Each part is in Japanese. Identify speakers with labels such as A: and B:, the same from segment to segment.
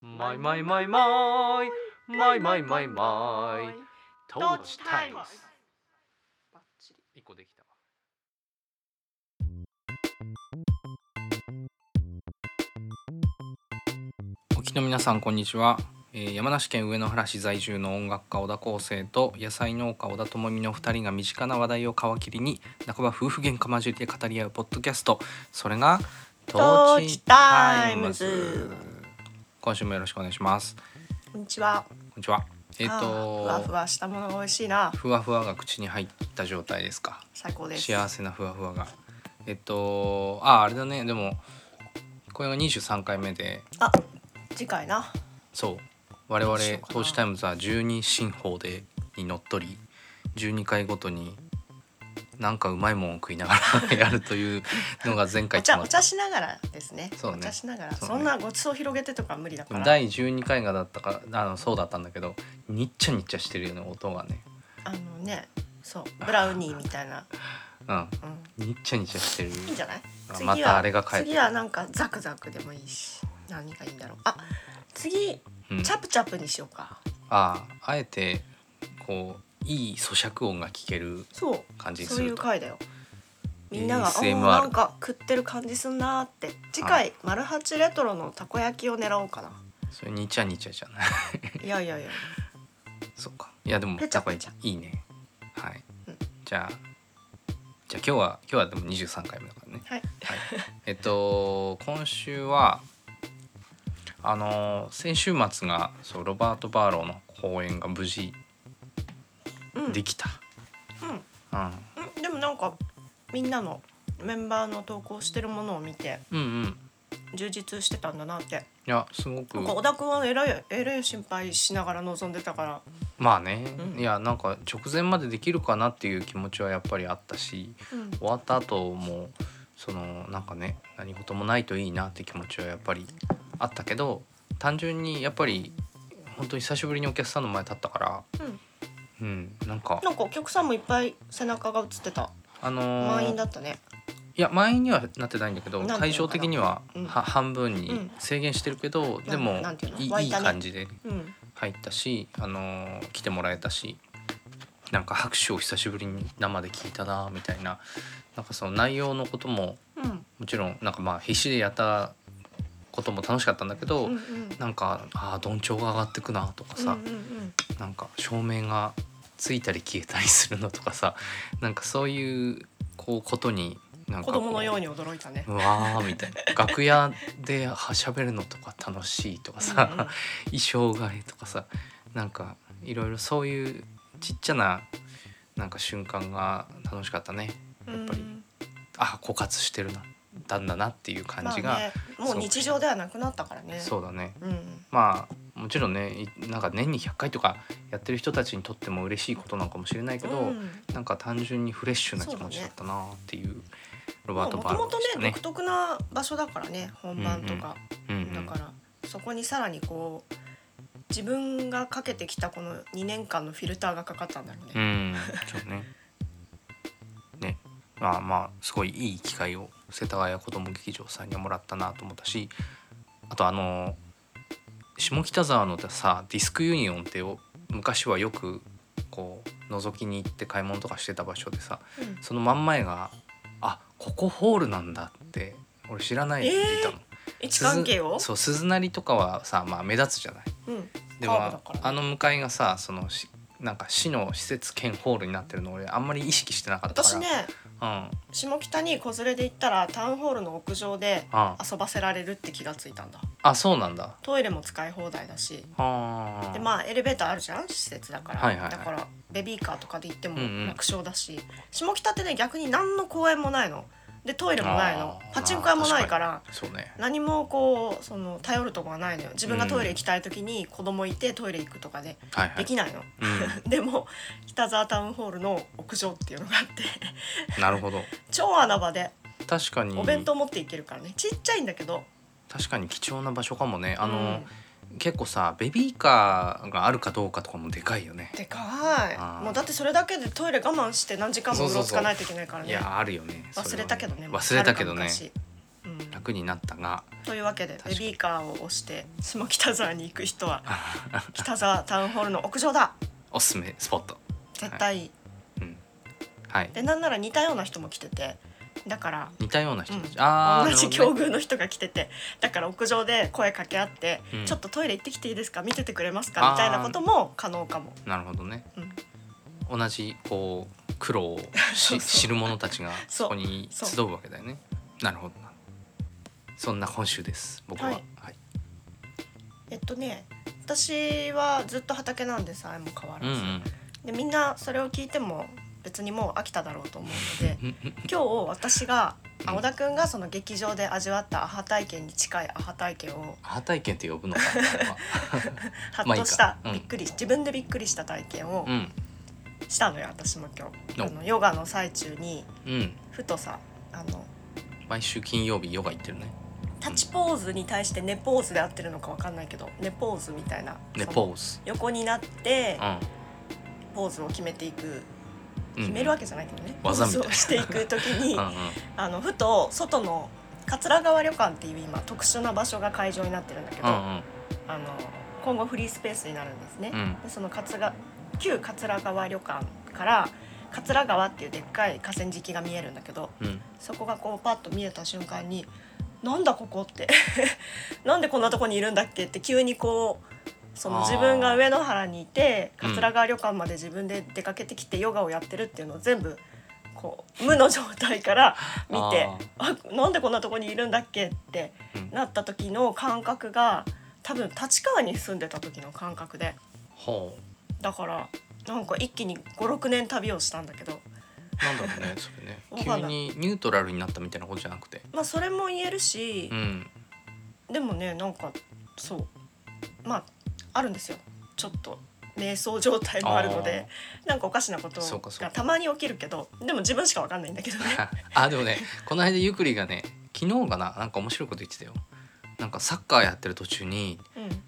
A: マイマイマイマイマイマイマイマイトーチタイムズ
B: バッチリ
A: 一個できたわ
C: お聞きの皆さんこんにちは、えー山梨県上野原市在住の音楽家小田康生と野菜農家小田智美の2人が身近な話題を皮切りに半ば夫婦喧嘩交えて語り合うポッドキャストそれがト
B: ーチタイムズ
C: 今週もよろしくお願いしますこ
B: こんにちは
C: んにちはえっ、
B: あー
C: と
B: ふわふわしたものが美味しいな
C: ふわふわが口に入った状態ですか
B: 最高です
C: 幸せなふわふわがえっとああれだねでもこれが23回目で
B: あ次回な
C: そう我々
B: どうしようかな
C: 投資タイムズは12進法でにのっとり12回ごとになんかうまいもんを食いながらやるというのが前
B: お
C: 回決
B: 茶
C: ま
B: お
C: った
B: 茶しながらですね
C: そうね
B: お茶しながら
C: そう
B: そ,、
C: ね
B: んなごちそう広げてとか無理だ
C: で
B: か
C: も
B: ら
C: 第12回がだったからあのそうだったんだけどにっちゃにっちゃしてるよね音がね
B: あのねそうブラウニーみたいな、
C: うん
B: うん、
C: にっちゃにっちゃしてる
B: いいんじゃない
C: あ
B: 次
C: ま
B: は
C: たあれが帰ってくる
B: 次はなんかザクザクでもいいし何がいいんだろうあ次
C: うん
B: チャプチャプにしようか
C: あああえてこういい咀嚼音が聞ける
B: そう
C: 感じに
B: そ
C: す
B: うい
C: る
B: う
C: と
B: 回だよみんなが「あ
C: ASMR
B: なんか食ってる感じすんな」って次回「マルハチレトロ」のたこ焼きを狙おうかな
C: それにっちゃにっちゃじゃない
B: いやいやいや
C: そっかいやでも
B: ぺちゃ
C: やっぱり
B: ぺちゃ
C: いいねはい、
B: うん
C: じゃあじゃあ今日は今日はでも23回目だからね
B: はい
C: はい、えっと今週はあの先週末がそうロバート・バーローの公演が無事
B: うん、うん
C: できた、うん
B: うんでもなんかみんなのメンバーの投稿してるものを見て
C: うんうんい
B: 充実してたんだなって、
C: やすごく
B: なんか小田君はえらいえらい心配しながら臨んでたから
C: まあね、
B: うん
C: いやなんか直前までできるかなっていう気持ちはやっぱりあったし
B: うん
C: 終わった後もそのなんかね何事もないといいなって気持ちはやっぱりあったけど単純にやっぱり本当に久しぶりにお客さんの前立ったから、
B: うん
C: うん、なんか
B: なんかお客さんもいっぱい背中が映ってた
C: あのー
B: 満員だったね
C: いや満員にはなってないんだけど
B: なんていうのかな
C: 対象的には
B: うん
C: は半分
B: う
C: に
B: ん
C: 制限してるけど、でも
B: なんていうの
C: いい
B: 湧い
C: いい
B: たね
C: 感じで
B: うん
C: 入ったし、あのー来てもらえたしなんか拍手を久しぶりに生で聞いたなみたいななんかその内容のことも
B: うん
C: もちろんなんかまあ必死でやったことも楽しかったんだけど、
B: うんうん
C: なんかああどんちょうが上がってくなとかさ、
B: うんうんうん
C: なんか照明がついたり消えたりするのとかさ なんかそういうこうことになんか
B: 子
C: こう
B: 供のように驚いたね
C: うわーみたい な楽屋では喋るのとか楽しいとかさ、
B: うんうん
C: 衣装替えとかさなんかいろいろそういうちっちゃななんか瞬間が楽しかったねやっぱり
B: うん
C: あ枯渇してるなだんだなっていう感じが、
B: まあね、もう日常ではなくなったからね
C: そうだね
B: う、ん、
C: まあもちろんねいなんか年に100回とかやってる人たちにとっても嬉しいことなのかもしれないけど、
B: うん
C: なんか単純にフレッシュな気持ちだったなっていうロ
B: も
C: バート・
B: とも
C: バーロー
B: と
C: でした
B: ね
C: ね
B: 独。特な場所だからね本番とか、
C: うんうん
B: だからそこにさらにこう自分がかけてきたこの2年間のフィルターがかかったんだろう
C: う
B: ね、
C: ん、そうね。ね、まあまあすごいいい機会を世田谷子ども劇場さんにはもらったなと思ったし、あとあの下北沢のさディスクユニオンってを昔はよくこう覗きに行って買い物とかしてた場所でさ、
B: うん
C: その真ん前があここホールなんだって俺知らないでいたの。
B: 位置関係を
C: 鈴そう鈴なりとかはさまあ目立つじゃない。
B: うん、
C: で
B: カーブだ
C: も
B: からね
C: あの向かいがさそのしなんか市の施設兼ホールになってるの俺あんまり意識してなかったから
B: 私ね
C: うん
B: 下北に子連れで行ったらタウンホールの屋上で
C: あ
B: 遊ばせられるって気がついたんだ
C: あそうなんだ
B: トイレも使い放題だし
C: あー
B: でまあエレベーターあるじゃん施設だから、
C: はいはいはい
B: だからベビーカーとかで行っても
C: うんうん
B: 楽勝だし、下北ってね逆に何の公園もないのでトイレもないの
C: あー
B: パチンコ屋もないから
C: そうね
B: 何もこうその頼るとこがないのよ自分がトイレ行きたい時に子供いてトイレ行くとかで
C: はいは
B: で
C: い
B: きないの、
C: う
B: でも北沢タウンホールの屋上っていうのがあって
C: なるほど
B: 超穴場で
C: 確かに
B: お弁当持って行けるからねちっちゃいんだけど
C: 確かに貴重な場所かもねあの、
B: う
C: 結構さベビーカーがあるかどうかとかもでかいよね
B: んでか
C: あー
B: いもうだってそれだけでトイレ我慢して何時間もうろつかないといけないからね
C: いやあるよね
B: 忘れたけど
C: そ
B: ね
C: れは忘れたけどね
B: はるか昔うん
C: 楽になったが
B: というわけで
C: 確か
B: ベ
C: に
B: ビーカーを押して下北沢に行く人は北沢タウンホールの屋上だ
C: おすすめスポット
B: 絶対、
C: うんはい
B: でなんなら似たような人も来ててだから
C: 似たような人たち、
B: うん
C: ああ
B: 同じ境遇の人が来てて、だから屋上で声かけ合って、
C: うん
B: ちょっとトイレ行ってきていいですか見ててくれますかみたいなことも可能かも。
C: なるほどね
B: うん、
C: 同じこう苦労を
B: そ
C: し
B: うそう
C: 知る者たちが
B: そう
C: そこに
B: そう
C: 集うわけだよねなるほどなそんな今週です僕は
B: は
C: はいい、
B: えっとね私はずっと畑なんでさえも変わ
C: うん
B: らず、でみんなそれを聞いても別にもう飽きただろうと思う ので
C: うんうん
B: 今日私が
C: うん
B: あ小田くんがその劇場で味わったアハ体験に近いアハ体験を
C: アハ体験って呼ぶのか
B: ハ
C: まあいい
B: ッと
C: か
B: した、
C: うん
B: びっくり自分でびっくりした体験を
C: なうん
B: したのよ私も今日。
C: お
B: あのヨガの最中に
C: うん
B: ふとさあの
C: 毎週金曜日ヨガ行ってるね
B: タッチポーズに対して寝ポーズで合ってるのかわかんないけど寝ポーズみたいな
C: ね
B: その
C: ポーズ
B: 横になって
C: う
B: ポーズを決めていく
C: ん、うん、
B: 決めるわけじゃないけどね、
C: 技みたい
B: ポーズをしていく時 に、
C: うんうん
B: あのふと外の桂川旅館っていう今特殊な場所が会場になってるんだけど、あの今後フリースペースになるんですね。
C: うんうん
B: でその桂が旧桂川旅館から桂川っていうでっかい河川敷が見えるんだけど
C: うんうん
B: そこがこうパッと見えた瞬間に「なんだここ」って なんでこんなとこにいるんだっけって急にこうその
C: あー
B: 自分が上野原にいて
C: うん
B: 桂川旅館まで自分で出かけてきてヨガをやってるっていうのを全部こう無の状態から見てあなんでこんなとこにいるんだっけって
C: うん
B: なった時の感覚が多分立川に住んでた時の感覚で
C: ほ
B: だからなんか一気に56年旅をしたんだけど
C: うなんだろうねそれね
B: わか
C: 急
B: んない
C: にニュートラルになったみたいなことじゃなくて
B: まあそれも言えるし
C: う、ん
B: でもねなんかそうまああるんですよちょっと瞑想状態もあるのでなんかおかしなこと
C: そうかそう
B: が
C: か
B: たまに起きるけどでも自分しかわかんないんだけどね
C: あでもねこの間ゆくりがね昨日かななんか面白いこと言ってたよなんかサッカーやってる途中に
B: うん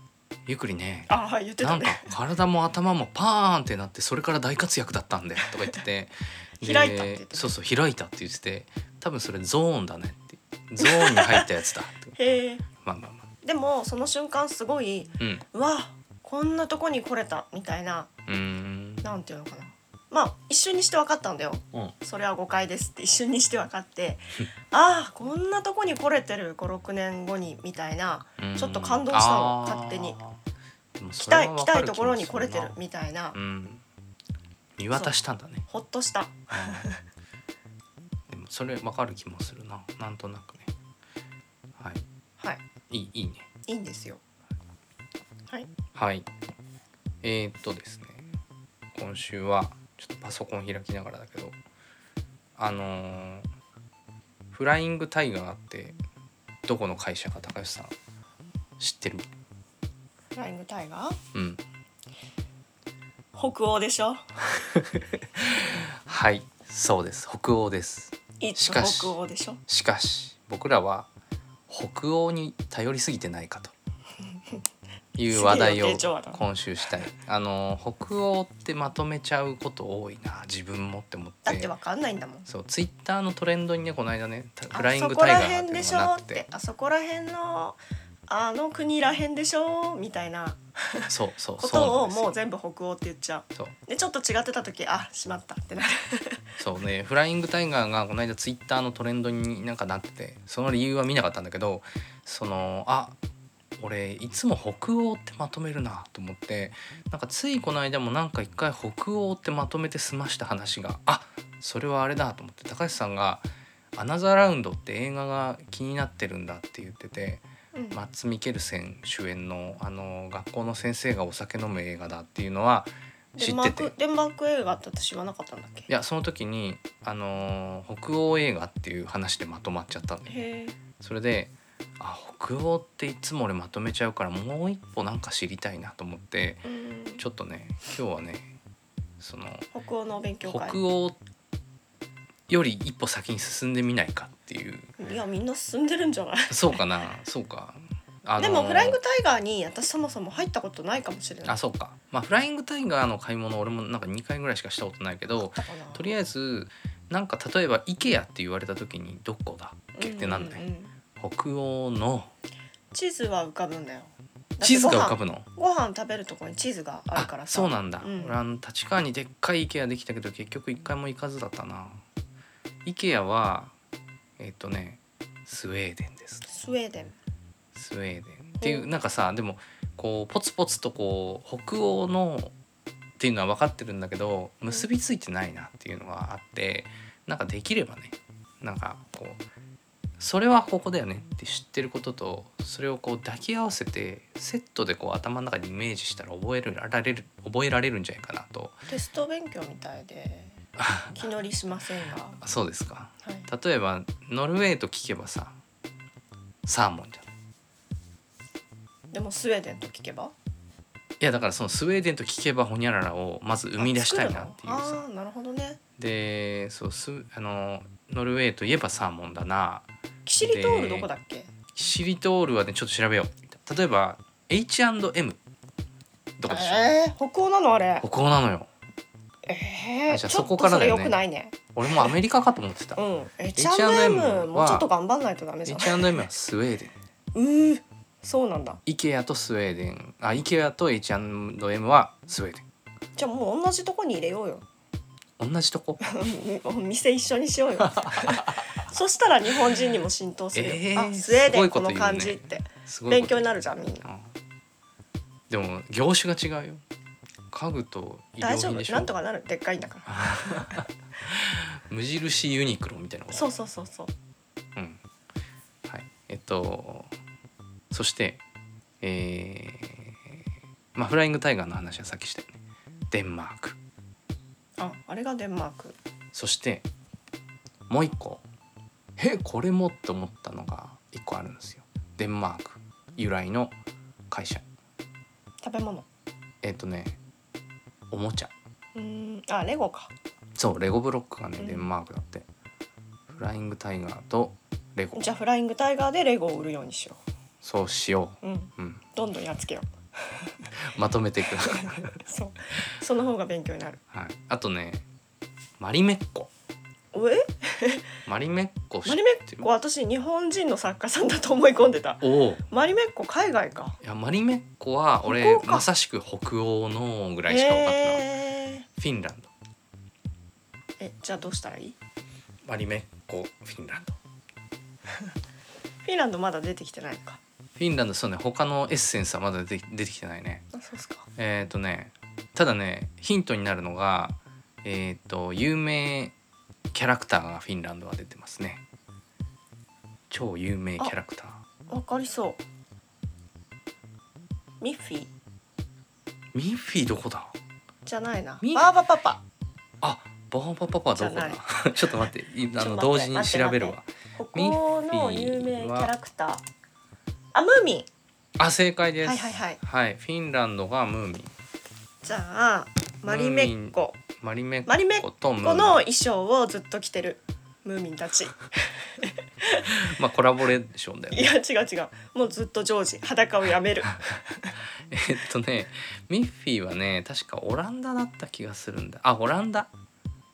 C: ゆくりね
B: ああ言って
C: な
B: た
C: んか
B: ね
C: 体も頭もパーンってなってそれから大活躍だったんだよとか言っててで
B: 開いたって言ってた
C: そうそう開いたって言ってて多分それゾーンだねってゾーンに入ったや つだって
B: へえ
C: まあまあまあ
B: でもその瞬間すごい
C: うん
B: うわこんなとこに来れたみたいな
C: うーん
B: なんていうのかなまあ一瞬にして分かったんだよ
C: うん
B: それは誤解ですって一瞬にして分かって ああこんなとこに来れてる56年後にみたいな
C: うん
B: ちょっと感動したの
C: あー
B: 勝手に
C: でも
B: 来
C: それ
B: た
C: はい
B: 来
C: わ
B: た
C: か
B: い
C: る
B: と
C: 気もす
B: ころに来れてる
C: な
B: みたいな
C: うん見渡したんだね
B: ほっとした
C: うん でもそれわかる気もするななんとなくねは
B: はい
C: いいいいいね
B: いいんですよはい
C: はいえー、っとですね今週はちょっとパソコン開きながらだけどあのーフライングタイガーってどこの会社か高橋さん知ってる
B: フライングタイガー
C: うん
B: 北欧でしょ
C: はいそうです北欧です
B: いつ
C: しかし
B: 北欧でしょ
C: しかし僕らは北欧に頼りすぎてない かという話題を
B: すげえ予定調和だな
C: 今週したいあの北欧ってまとめちゃうこと多いな自分もって思っ
B: だってて分かんないんだもん
C: そうツイッターのトレンドにねこの間ねたフラ
B: あ
C: イ
B: そ
C: ング
B: こ
C: タイ
B: ら
C: ガーって
B: 辺
C: い
B: で
C: う
B: し
C: のが
B: ょ
C: な
B: っ
C: く
B: て
C: て
B: あそこら辺のあの国ら辺でしょみたいな
C: そうそうそ
B: こ
C: う
B: と
C: な
B: を
C: んですよ
B: もう全部北欧って言っちゃう
C: そう
B: でちょっと違ってた時あしまっ たってなる
C: そうねフライングタイガーがこの間ツイッターのトレンドになんかなっててその理由は見なかったんだけどそのあ俺いつも北欧ってまとめるなと思ってなんかついこの間もなんか一回北欧ってまとめて済ました話があそれはあれだと思って高橋さんが「アナザーラウンド」って映画が気になってるんだって言ってて
B: うん
C: マッツ・ミケルセン主演のあの学校の先生がお酒飲む映画だっていうのは
B: デ
C: 知
B: ン
C: っ
B: マ
C: て
B: ー
C: て
B: クデンマーク映画って私言わなかったんだっけ
C: いやその時に、あのー北欧映画っていう話でまとまっちゃったんで
B: へえ
C: それであ北欧っていつも俺まとめちゃうからもう一歩なんか知りたいなと思って
B: うん
C: ちょっとね今日はねその
B: 北欧の勉強会
C: 北欧より一歩先に進んでみないかっていう
B: いやみんな進んでるんじゃない、
C: そうかな そうか、あのー
B: でもフライングタイガーに私そもそも入ったことないかもしれない
C: あそうかまあフライングタイガーの買い物俺もなんか2回ぐらいしかしたことないけど
B: だから
C: とりあえずなんか例えば IKEA って言われた時にどこだっけってなんない
B: うんうんうん
C: 北欧の
B: 地図は浮かぶんだよ
C: 地図が浮かぶの
B: ご飯食べるとこに地図があるから
C: あ
B: さ
C: そうなんだ、
B: うん
C: 俺あの立川にでっかい IKEA できたけど結局一回も行かずだったな IKEA はえっとねスウェーデンですね
B: スウェーデン
C: スウェーデンっていううんなんかさでもこうポツポツとこう北欧のっていうのは分かってるんだけど結びついてないなっていうのがあってなんかできればねなんかこうそれはここだよねって知ってることとそれをこう抱き合わせてセットでこう頭の中にイメージしたら覚えられる覚えられるんじゃないかなと
B: テスト勉強みたいで気乗りしませんが、
C: あそうですか
B: はい、
C: 例えばノルウェーと聞けばさサーモンじゃん
B: でもスウェーデンと聞けば
C: いやだからそのスウェーデンと聞けばホニャララをまず生み出したいなっていう
B: あ作るの
C: さ
B: あーなるほどね
C: でそうすあのノルウェーといえばサーモンだな
B: キシリトールどこだっけ
C: シリトールはねちょっと調べよう例えば H&M どこでしょう、
B: えー、北欧なのあれ
C: 北欧なのよ
B: え
C: あ
B: ー、
C: じ
B: ち
C: ゃあ
B: ょっ
C: そことから
B: そ
C: だ
B: れ
C: よ
B: 良
C: ね
B: くないね
C: 俺もアメリカかと思ってた
B: うん
C: H&M
B: H&M もうちょっと頑張んないとダメじゃない
C: H&M はスウェーデン
B: うーそうなんだ
C: IKEA とスウェーデンあ IKEA と H&M はスウェーデ
B: じゃあもう同じとこに入れようよ
C: ン同じとこ
B: お店一緒にしよう よそしたら日本人にも浸透するよ、
C: えー
B: あスウェー
C: すご
B: デ
C: い
B: ン
C: こ
B: ことの
C: 言うね
B: 感じって、
C: すごい
B: 勉
C: こと
B: 強になるじゃんみんな
C: でも業種が違うよ家具と衣
B: 大
C: 料
B: 丈
C: 品でし
B: 夫
C: ょ
B: なんとかなるでっかいんだから
C: 無印ユニクロみたいなこと
B: そうそうそうそう
C: うんはいえっとそしてえー、まあフライングタイガーの話はさっきしたよねデンマーク
B: ああれがデンマーク
C: そしてもう一個えこれもって思ったのが一個あるんですよデンマーク由来の会社
B: 食べ物
C: えっとねおもちゃ
B: うーんあレゴか
C: そうレゴブロックがね
B: うん
C: デンマークだって、フライングタイガーとレゴ
B: じゃあフライングタイガーでレゴを売るようにしよ
C: そうしよ
B: ううん
C: う、うん、
B: どんどんやっつけよう
C: まとめていく、
B: そうその方が勉強になる
C: はい、あとねマリメッコ
B: え
C: マリメッコ知って
B: マリ
C: る
B: メッコ私日本人の作家さんだと思い込んでた
C: おう
B: マリメッコ海外か
C: いやマリメッコは俺
B: 北欧か
C: まさしく北欧のぐらいしか分かってない、
B: へー
C: フィンランド
B: えじゃあどうしたらいい
C: マリメッコフィンランド
B: フィンランドまだ出てきてないのか
C: フィンランドそうね他のエッセンスはまだ出て出てきてないね
B: あそうっすか
C: えっ、ー、とねただねヒントになるのがえっ、ー、と有名キャラクターがフィンランドは出てますね超有名キャラクター
B: わかりそうミッフィー
C: ミッフィーどこだ
B: じゃないな
C: ミッ
B: バーバパパ
C: あバーバパパはどこだ
B: じ
C: ちょっと待っていあ
B: ちょ
C: の
B: っと待って
C: 同時に調べる
B: 待
C: わ
B: 北欧の有名キャラクターあムーミン
C: あ正解です
B: はいはいはい
C: はいフィンランドがムーミン
B: じゃあマリメッコ
C: マリメ
B: マリメ
C: ッ
B: ッ
C: コ
B: コ
C: と
B: こ
C: ムーミン
B: の衣装をずっと着てるムーミンたち
C: まあコラボレーションだよ
B: い
C: ね
B: や違う違うもうずっとジョージ裸をやめる
C: えっとねミッフィーはね確かオランダだった気がするんだあオランダ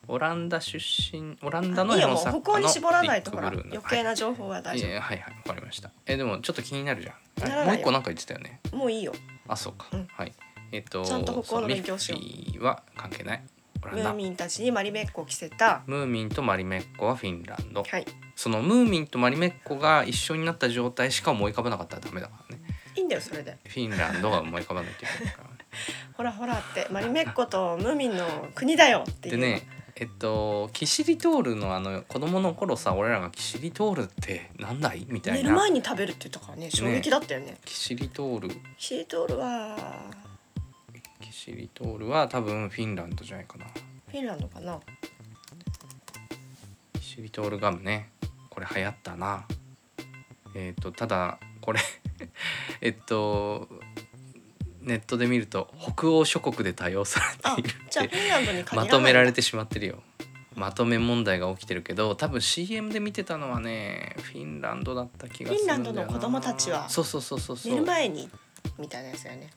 C: オランダ出身オランダの
B: い
C: 絵
B: いよ
C: 本
B: もう
C: 作家の
B: 歩行に絞らないと
C: デ
B: ほ
C: ィッ
B: ら
C: クブルーの
B: 余計な情報は
C: は
B: 大
C: い
B: 丈
C: えーはいはいわかりましたえでもちょっと気になるじゃん
B: なら
C: あ
B: ない
C: もう
B: よ
C: 一個なんか言ってたよね
B: 夫もういいよ
C: あそうか、
B: うん
C: はいえっと
B: ちゃんと歩行の勉強しよう
C: そうミッフィーは関係ないオラ
B: ム
C: ンダ
B: ー
C: ムー
B: ミンたちにマリメッコを着せた
C: ミンとマリメッコはフィンランド、
B: はい
C: そのムーミンとマリメッコが一緒になった状態しか思い浮かばなかったらダメだからね
B: いいんだよそれで
C: フィンランドが思い浮かばないといけないからね
B: ほらほらってマリメッコとムーミンの国だよってい
C: で
B: う
C: ねえっとキシリトールのあの子供の頃さ俺らがキシリトールってなんだいみた
B: 寝
C: い
B: る
C: な
B: 前に食べるって言ったからね衝撃だったよね
C: キシリトール
B: シートールは
C: キシリトールは多分フィンランドじゃないかな
B: フィンランドかな
C: キシリトールガムねこれ流行ったなえっとただこれ えっとネットで見ると北欧諸国で多用さ
B: あ
C: れているって
B: じゃあフィンランドに限ら
C: ま
B: ない
C: とめられてしまってるよまとめ問題が起きてるけど多分 CM で見てたのはねフィンランドだった気がするんだよな
B: フィンランドの子供たちは
C: そうそうそうそうそう
B: 寝
C: フ
B: る前にみたいなやつだよね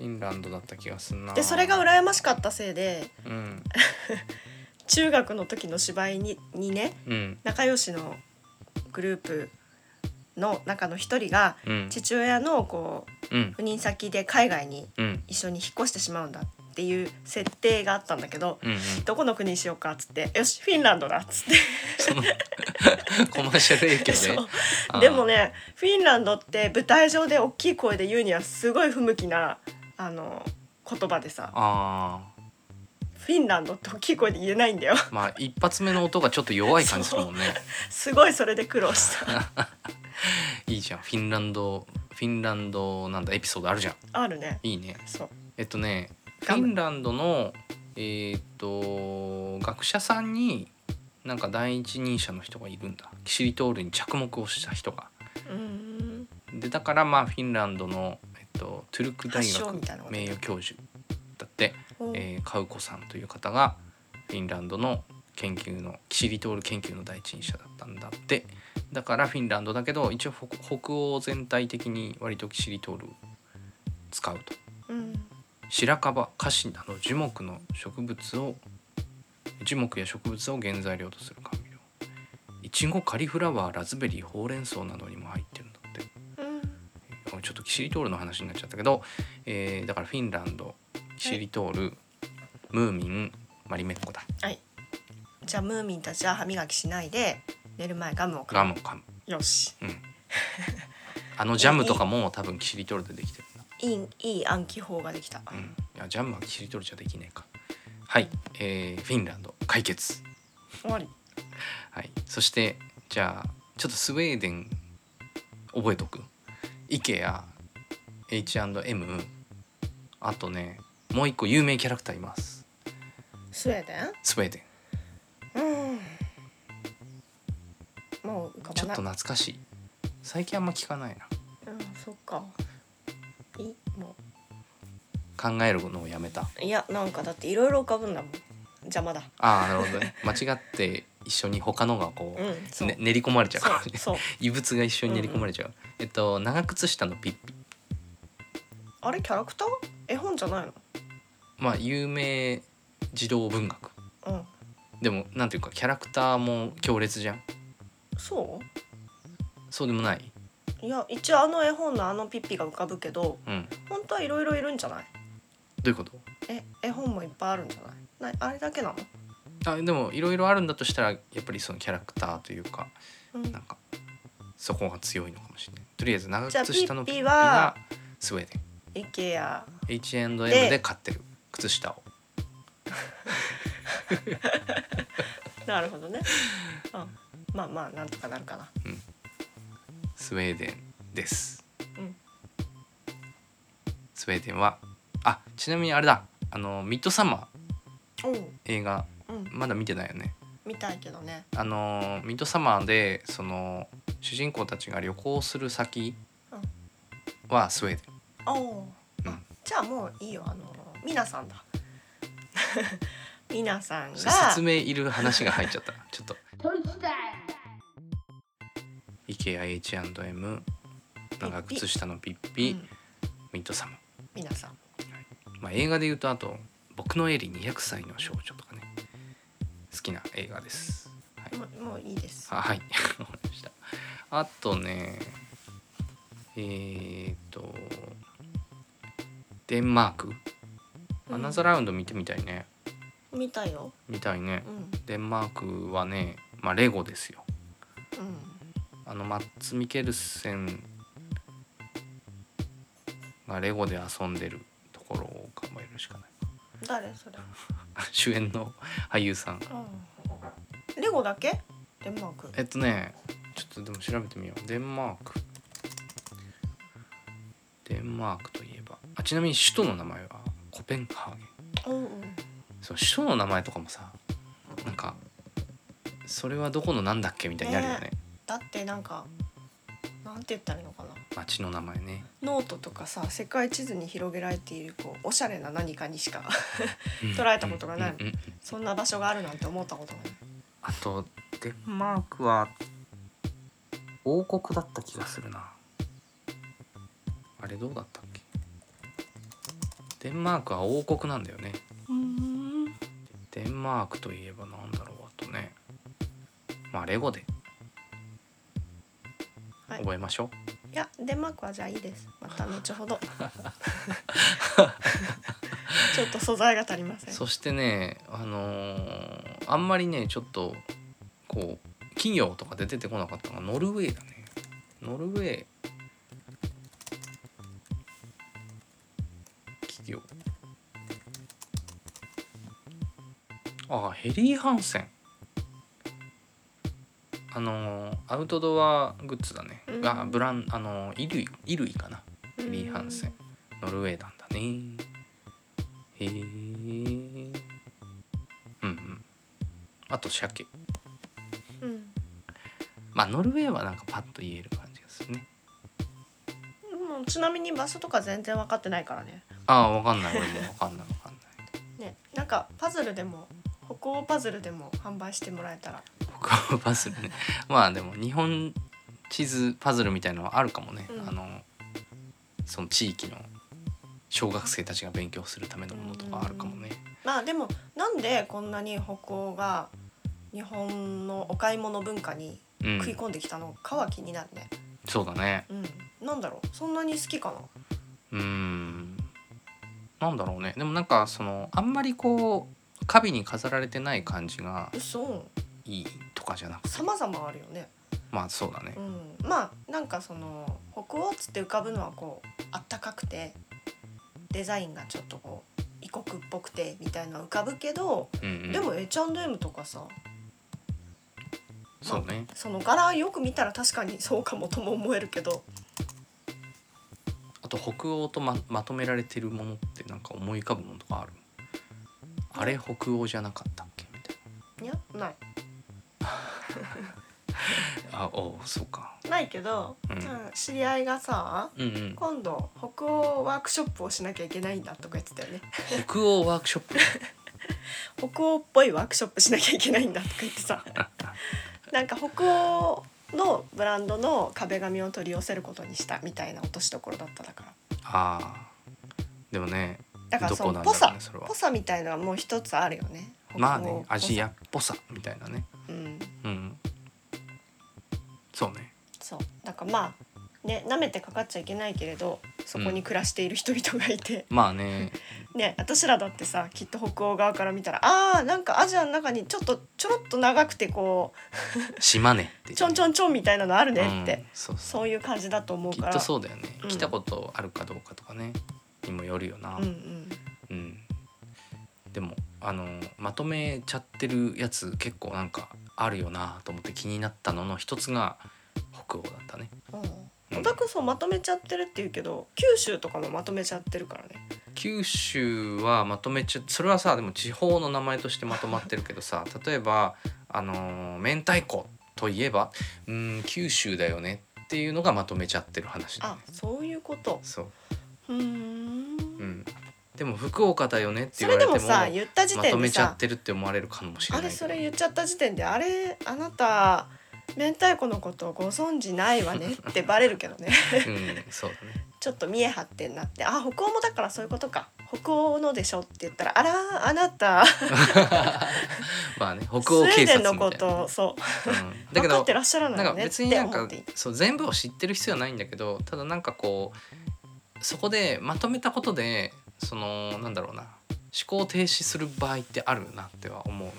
C: ィンランドだった気がするな
B: でそれが羨ましかったせいで
C: うん
B: 中学の時の芝居ににね
C: うん
B: 仲良しのグループの中の一人が
C: うん
B: 父親のこう
C: うん
B: 赴任先で海外に
C: うん
B: 一緒に引っ越してしまうんだっていう設定があったんだけど
C: うんうん
B: どこの国にしようかっつってよしフィンランドだっつって
C: そのコマーシャル影響
B: そう
C: であー
B: でもねフィンランドって舞台上で大きい声で言うにはすごい不向きなあの言葉でさ
C: あ
B: フィンランドって大きい声で言えないんだよ
C: ーまあ一発目の音がちょっと弱い感じするもんね
B: すごいそれで苦 労した
C: いいじゃんフィンランドフィンランドなんだエピソードあるじゃん
B: あるね
C: いいね
B: そう
C: えっとねフ
B: ガ
C: ィ
B: ム
C: ンランドのえーっと学者さんになんか第一人者の人がいるんだキシリトールに着目をした人が
B: うーん
C: でだからまあフィンランドの、えっと、トゥルク大
B: 発祥
C: 学
B: みたいなこと
C: 名誉教授だって、
B: お
C: えーカウコさんという方がフィンランドの研究のキシリトール研究の第一人者だったんだってだからフィンランドだけど一応北北欧全体的に割とキシリトールを使うと。
B: うん
C: 白樺カシなど樹木の植物を樹木や植物を原材料とする甘味料いちごカリフラワーラズベリーほうれん草などにも入ってるんだって
B: うん
C: えーちょっとキシリトールの話になっちゃったけど、えーだからフィンランドキシリトール、ムーミンマリメッコだ
B: じゃあムーミンたちは歯磨きしないで寝る前ガムを
C: ガ
B: 噛む
C: ムを噛む
B: よし
C: あのジャムとかも多分キシリトールでできてるんだ、
B: いいいい暗記法ができた、
C: うん、いやジャムはキシリトールじゃできないかはい、えーフィンランド解決
B: 終わり
C: はい、そしてじゃあちょっとスウェーデン覚えとく IKEA H&M あとねもう一個有名キャラクターいます
B: スウェーデ
C: スウェーデン
B: ンうんもう浮かばない
C: ちょっと懐かしい最近あんま聞かないな
B: うんそっかいも
C: 考えるのをやめた
B: ういやなんかだっていろいろ浮かぶんだもん邪魔だ
C: ああなるほどね 間違って一緒に他のがこ
B: う
C: う、
B: んそう、
C: ね、練り込まれちゃうからね
B: そうそう
C: 異物が一緒に練り込まれちゃう、えっと長靴下のピッピ
B: あれキャラクター絵本じゃないの
C: まあ有名児童文学
B: うん
C: でもなんていうかキャラクターも強烈じゃん
B: そ
C: そうでもないう
B: いや一応あの絵本のあのピッピが浮かぶけど
C: うん
B: 本当はいろいろいるんじゃない
C: どういうこと
B: え絵本もいっぱいあるんじゃないなあれだけなの、
C: あでもいろいろあるんだとしたらやっぱりそのキャラクターというか
B: うん、
C: なんかそこが強いのかもしれないとりあえず長
B: じゃあ
C: 靴下の
B: ピ
C: ピッ
B: ッピ
C: ピ
B: は
C: がスウェーデ
B: IKEA
C: ン H&M
B: で
C: で買ってる靴下を
B: なるほどね、うん、まあまあなんとかなるかな
C: スウェーデンです、
B: うん
C: スウェーデンはあちなみにあれだあのミッドサマ
B: おう
C: ー映画
B: うん
C: まだ見てないよね
B: 見たいけどね
C: あのミッドサマーでその主人公たちが旅行する先はスウェーデン
B: おお、
C: うん
B: あじゃあもういいよあの皆さんだ 皆さんが
C: 説明いる話が入っちゃった ちょっと IKEA H&M 長靴下のピッピ、
B: うん
C: ミッドサム、
B: 皆さん
C: まあ、映画で言うとあと「僕のエリ200歳の少女」とかね好きな映画ですはい、
B: もうもういいです
C: あはい わかりましたあとねえー、っとデンマークアナザーラウンド見てみたいね
B: 見たよ
C: 見たいね
B: うん
C: デンマークはねまあレゴですよ
B: うん
C: あのマッツ・ミケルセンがレゴで遊んでるところを考えるしかない
B: 誰それ
C: 主演の俳優さん
B: うんレゴだけデンマーク
C: えっとねちょっとでも調べてみようデンマークデンマークといえばあちなみに首都の名前はコペンハーゲン
B: うんうん
C: そう首都の名前とかもさなんかそれはどこのなんだっけみたいになるよね
B: ねだってなんかなんて言ったらいいのかな
C: 街の名前ね
B: ノートとかさ世界地図に広げられているこうおしゃれな何かにしか
C: うん
B: 捉えたことがない
C: うんうんうん
B: そんな場所があるなんて思ったことがない
C: あとデンマークは王国だった気がするなあれどうだったっけデンマークは王国なんだよね
B: うん
C: デンマークといえばなんだろうあとねまあレゴで
B: はいはい
C: 覚えましょう。
B: いやデンマークはじゃあいいですまた 後ほどちょっと素材が足りません
C: そしてね、あのーあんまりねちょっとこう企業とかで出てこなかったのがノルウェーだねノルウェー企業ああヘリー・ハンセンあのーアウトドアグッズだね、
B: うん
C: あブランあのー衣類衣類かな
B: う
C: ヘ
B: ん
C: リー・ハンセンノルウェーなんだねへえうんうんあと鮭
B: うん
C: まあノルウェーはなんかパッと言える感じがするね
B: もうちなみに場所とか全然分かってないからね
C: ああわかんない俺もわかんない わかんない
B: ねなんかパズルでも北欧パズルでも販売してもらえたら
C: 僕はパズルねまあでも日本地図パズルみたいのはあるかもね、
B: うん
C: あのその地域の小学生たちが勉強するためのものとかあるかもね、
B: まあでもなんでこんなに北欧が日本のお買い物文化に
C: うん
B: 食い込んできたのかは気になるね
C: そうだね
B: うん、なんだろうそんなに好きかな
C: うーんなんだろうねでもなんかそのあんまりこう花瓶に飾られてない感じが
B: 嘘
C: いいとかじゃなく
B: 様々あるよね
C: まあそうだね
B: うん、まあなんかその北欧っつって浮かぶのはこうあったかくてデザインがちょっとこう異国っぽくてみたいなの浮かぶけど、
C: うん、うん、
B: でも H&M とかさ
C: そうね
B: その柄よく見たら確かにそうかもとも思えるけど
C: あと北欧とままとめられてるものってなんか思い浮かぶものとかあるあれ北欧じゃなかったっけみたい
B: いやない
C: なあおうそうか
B: ないけど、
C: うん
B: うん知り合いがさ
C: うんうん
B: 今度北欧ワークショップをしなきゃいけないんだとか言ってたよ ね
C: 北欧ワークショップ
B: 北欧っぽいワークショップしなきゃいけないんだとか言ってさ なんか北欧のブランドの壁紙を取り寄せることにしたみたいな落としどころだっただから
C: ああでもね
B: だからそ
C: どこな
B: の
C: んだ
B: ぽ
C: ろうね
B: さ、
C: それは
B: ぽさみたいのはもう一つあるよね
C: まあね
B: 北欧っぽさ
C: アジアっぽさみたいなね
B: うん
C: うんそうね
B: そうだからまあねなめてかかっちゃいけないけれどそこに暮らしている人々がいて、
C: まあね
B: ね私らだってさきっと北欧側から見たらあーなんかアジアの中にちょっとちょろっと長くてこ
C: 島根って
B: うちょんちょんちょんみたいなのあるねって、
C: うんそうそう
B: そういう感じだと思う
C: き
B: か
C: っ
B: ら
C: とそうだよね、
B: うん
C: 来たことあるかどうかとかねにもよるよな
B: うんうん
C: うんでもあのまとめちゃってるやつ結構なんかあるよなと思って気になったのの一つが北欧だったね
B: うん、オタクそうまとめちゃってるっていうけど九州とかもまとめちゃってるからね
C: 九州はまとめちゃそれはさでも地方の名前としてまとまってるけど さ例えばあの明太子といえばうん九州だよねっていうのがまとめちゃってる話だ
B: あ
C: ね
B: そういうこと
C: そう、
B: うーん
C: うん、でも福岡だよねって
B: そ
C: 言わ
B: れ
C: れ
B: で
C: ても
B: もさ言った時
C: まと
B: 点で
C: めちゃ
B: さ
C: っ、てるって思われるかもしれ
B: あ
C: ない
B: れ
C: け
B: そ
C: ど
B: れ言っちゃった時点であれあなた明太子のことをご存知ないわねってバレるけどね
C: うんそうだね
B: ちょっと見え張ってんなってあ北欧もだからそういうことか北欧のでしょって言ったらあらあなたス
C: まあね北
B: ウ
C: 欧
B: ェー
C: 警
B: デ
C: 察
B: ン
C: みた
B: の
C: いな
B: こ、とをそう
C: うん、だけ
B: 分かっ
C: ど
B: てらっしゃらな
C: ないん
B: よ
C: か
B: ねっ
C: 別に
B: て
C: なん
B: 思っ
C: か
B: ていい
C: そう全部を知ってる必要はないんだけどただなんかこうそこでまとめたことでそのなんだろうな思考停止する場合ってあるなっては思うの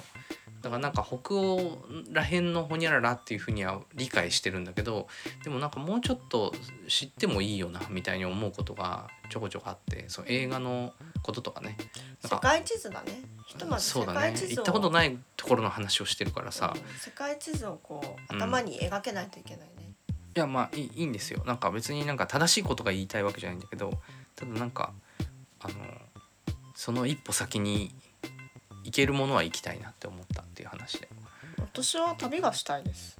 C: だからなんか北欧らへんのほにゃららっていうふうには理解してるんだけどでもなんかもうちょっと知ってもいいよなみたいに思うことがちょこちょこあってその映画のこととかねなん
B: 世
C: か
B: 界地図だねひとまず
C: そう
B: 世
C: だ
B: 界
C: ね
B: 地図
C: 行
B: を
C: ったことないところの話をしてるからさ、
B: うん世界地図をこう
C: うん
B: 頭に描けないといけないね、
C: いやまあいいいいんですよなんか別になんか正しいことが言いたいわけじゃないんだけどただなんかあのその一歩先に行けるものは行きたいなって思ったっていう話で
B: 私は旅がしたいです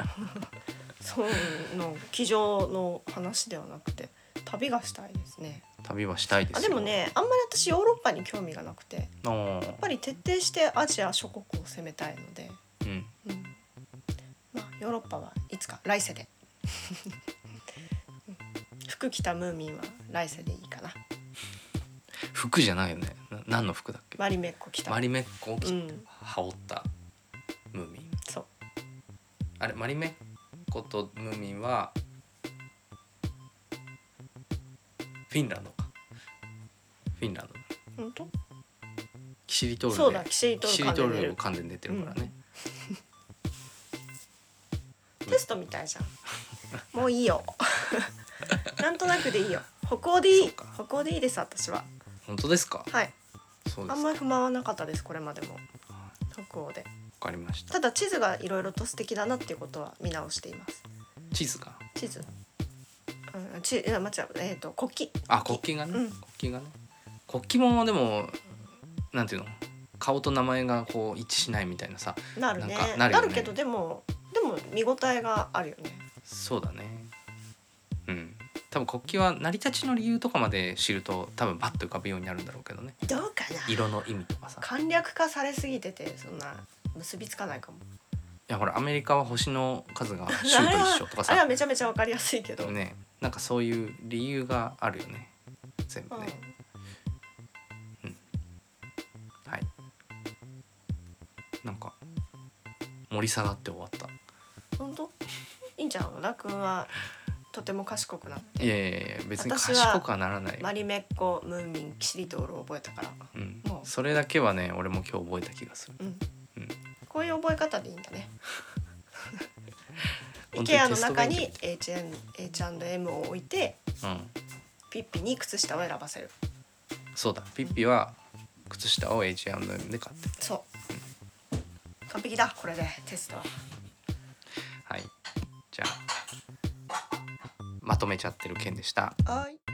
B: そうの机上の話ではなくて旅がしたいですね
C: 旅はしたいです
B: あ
C: よ
B: でもねあんまり私ヨーロッパに興味がなくてやっ
C: あー
B: ぱり徹底してアジア諸国を攻めたいので、
C: うん
B: うん、まあヨーロッパはいつか来 世でうん服着たムーミンは来世でいいかな
C: 服じゃないよねな何の服だっけ
B: マリメッコ着た
C: マリメッコを着
B: うん
C: 羽織ったムーミン
B: そう
C: あれマリメッコとムーミンはフィンランドかフィンランド
B: 本当
C: キシリト
B: そ
C: ー
B: う
C: ル
B: だ
C: で
B: キシリト
C: キシ
B: ー
C: リ
B: ル
C: ト
B: 感
C: ー
B: で出
C: ルを
B: る
C: 噛んで出てるからね、
B: テストみたいじゃん もうい いよなんとなくでいいよ歩行でい
C: そ
B: いう
C: か
B: 歩行でいいです私は
C: 本当ですか
B: はい
C: そうで
B: あん
C: す
B: ま
C: か
B: り不満はなかったですこれまでも
C: わ
B: 北欧で
C: かりました
B: ただ地図がいろいろと素敵だなっていうことは見直しています
C: 地図が
B: 地図うんちいや間違うえっ、と国旗
C: あ国旗がね、
B: うん
C: 国旗がね国旗もでもなんていうの顔と名前がこう一致しないみたいなさ
B: なるね
C: なんかな
B: な
C: るよね
B: るけどでもでも見応えがあるよね
C: そうだねうん多分国旗は成り立ちの理由とかまで知ると多分バッと浮かぶようになるんだろうけどね
B: どうかな
C: 色の意味とかさ
B: 簡略化されすぎててそんな結びつかないかも
C: いやほらアメリカは星の数が州
B: あ
C: と
B: れは
C: 一緒とか
B: あれは
C: さ
B: めちゃめちゃわかりやすいけど、
C: ねなんかそういう理由があるよね全
B: う
C: 部
B: ん
C: ね、はいなんか盛り下がって終わった
B: 本当いいんじゃん小田君はとても賢くなって
C: いやいやいや別に
B: 私
C: 賢
B: は
C: くはならないよ
B: マリメッコムーミンキシリトールを覚えたから
C: うん
B: も、う
C: それだけはね俺も今日覚えた気がする
B: うん、
C: うん
B: こういう覚え方でいいんだね
C: 本当に
B: IKEA
C: テ
B: の
C: スト
B: 中
C: 勉強み
B: に H&M を置いて
C: うん
B: ピッピに靴下を選ばせる
C: そうだピッピは靴下を H&M で買って
B: そう完璧だこれでテストは
C: はいじゃあまとめちゃってる件でした
B: はい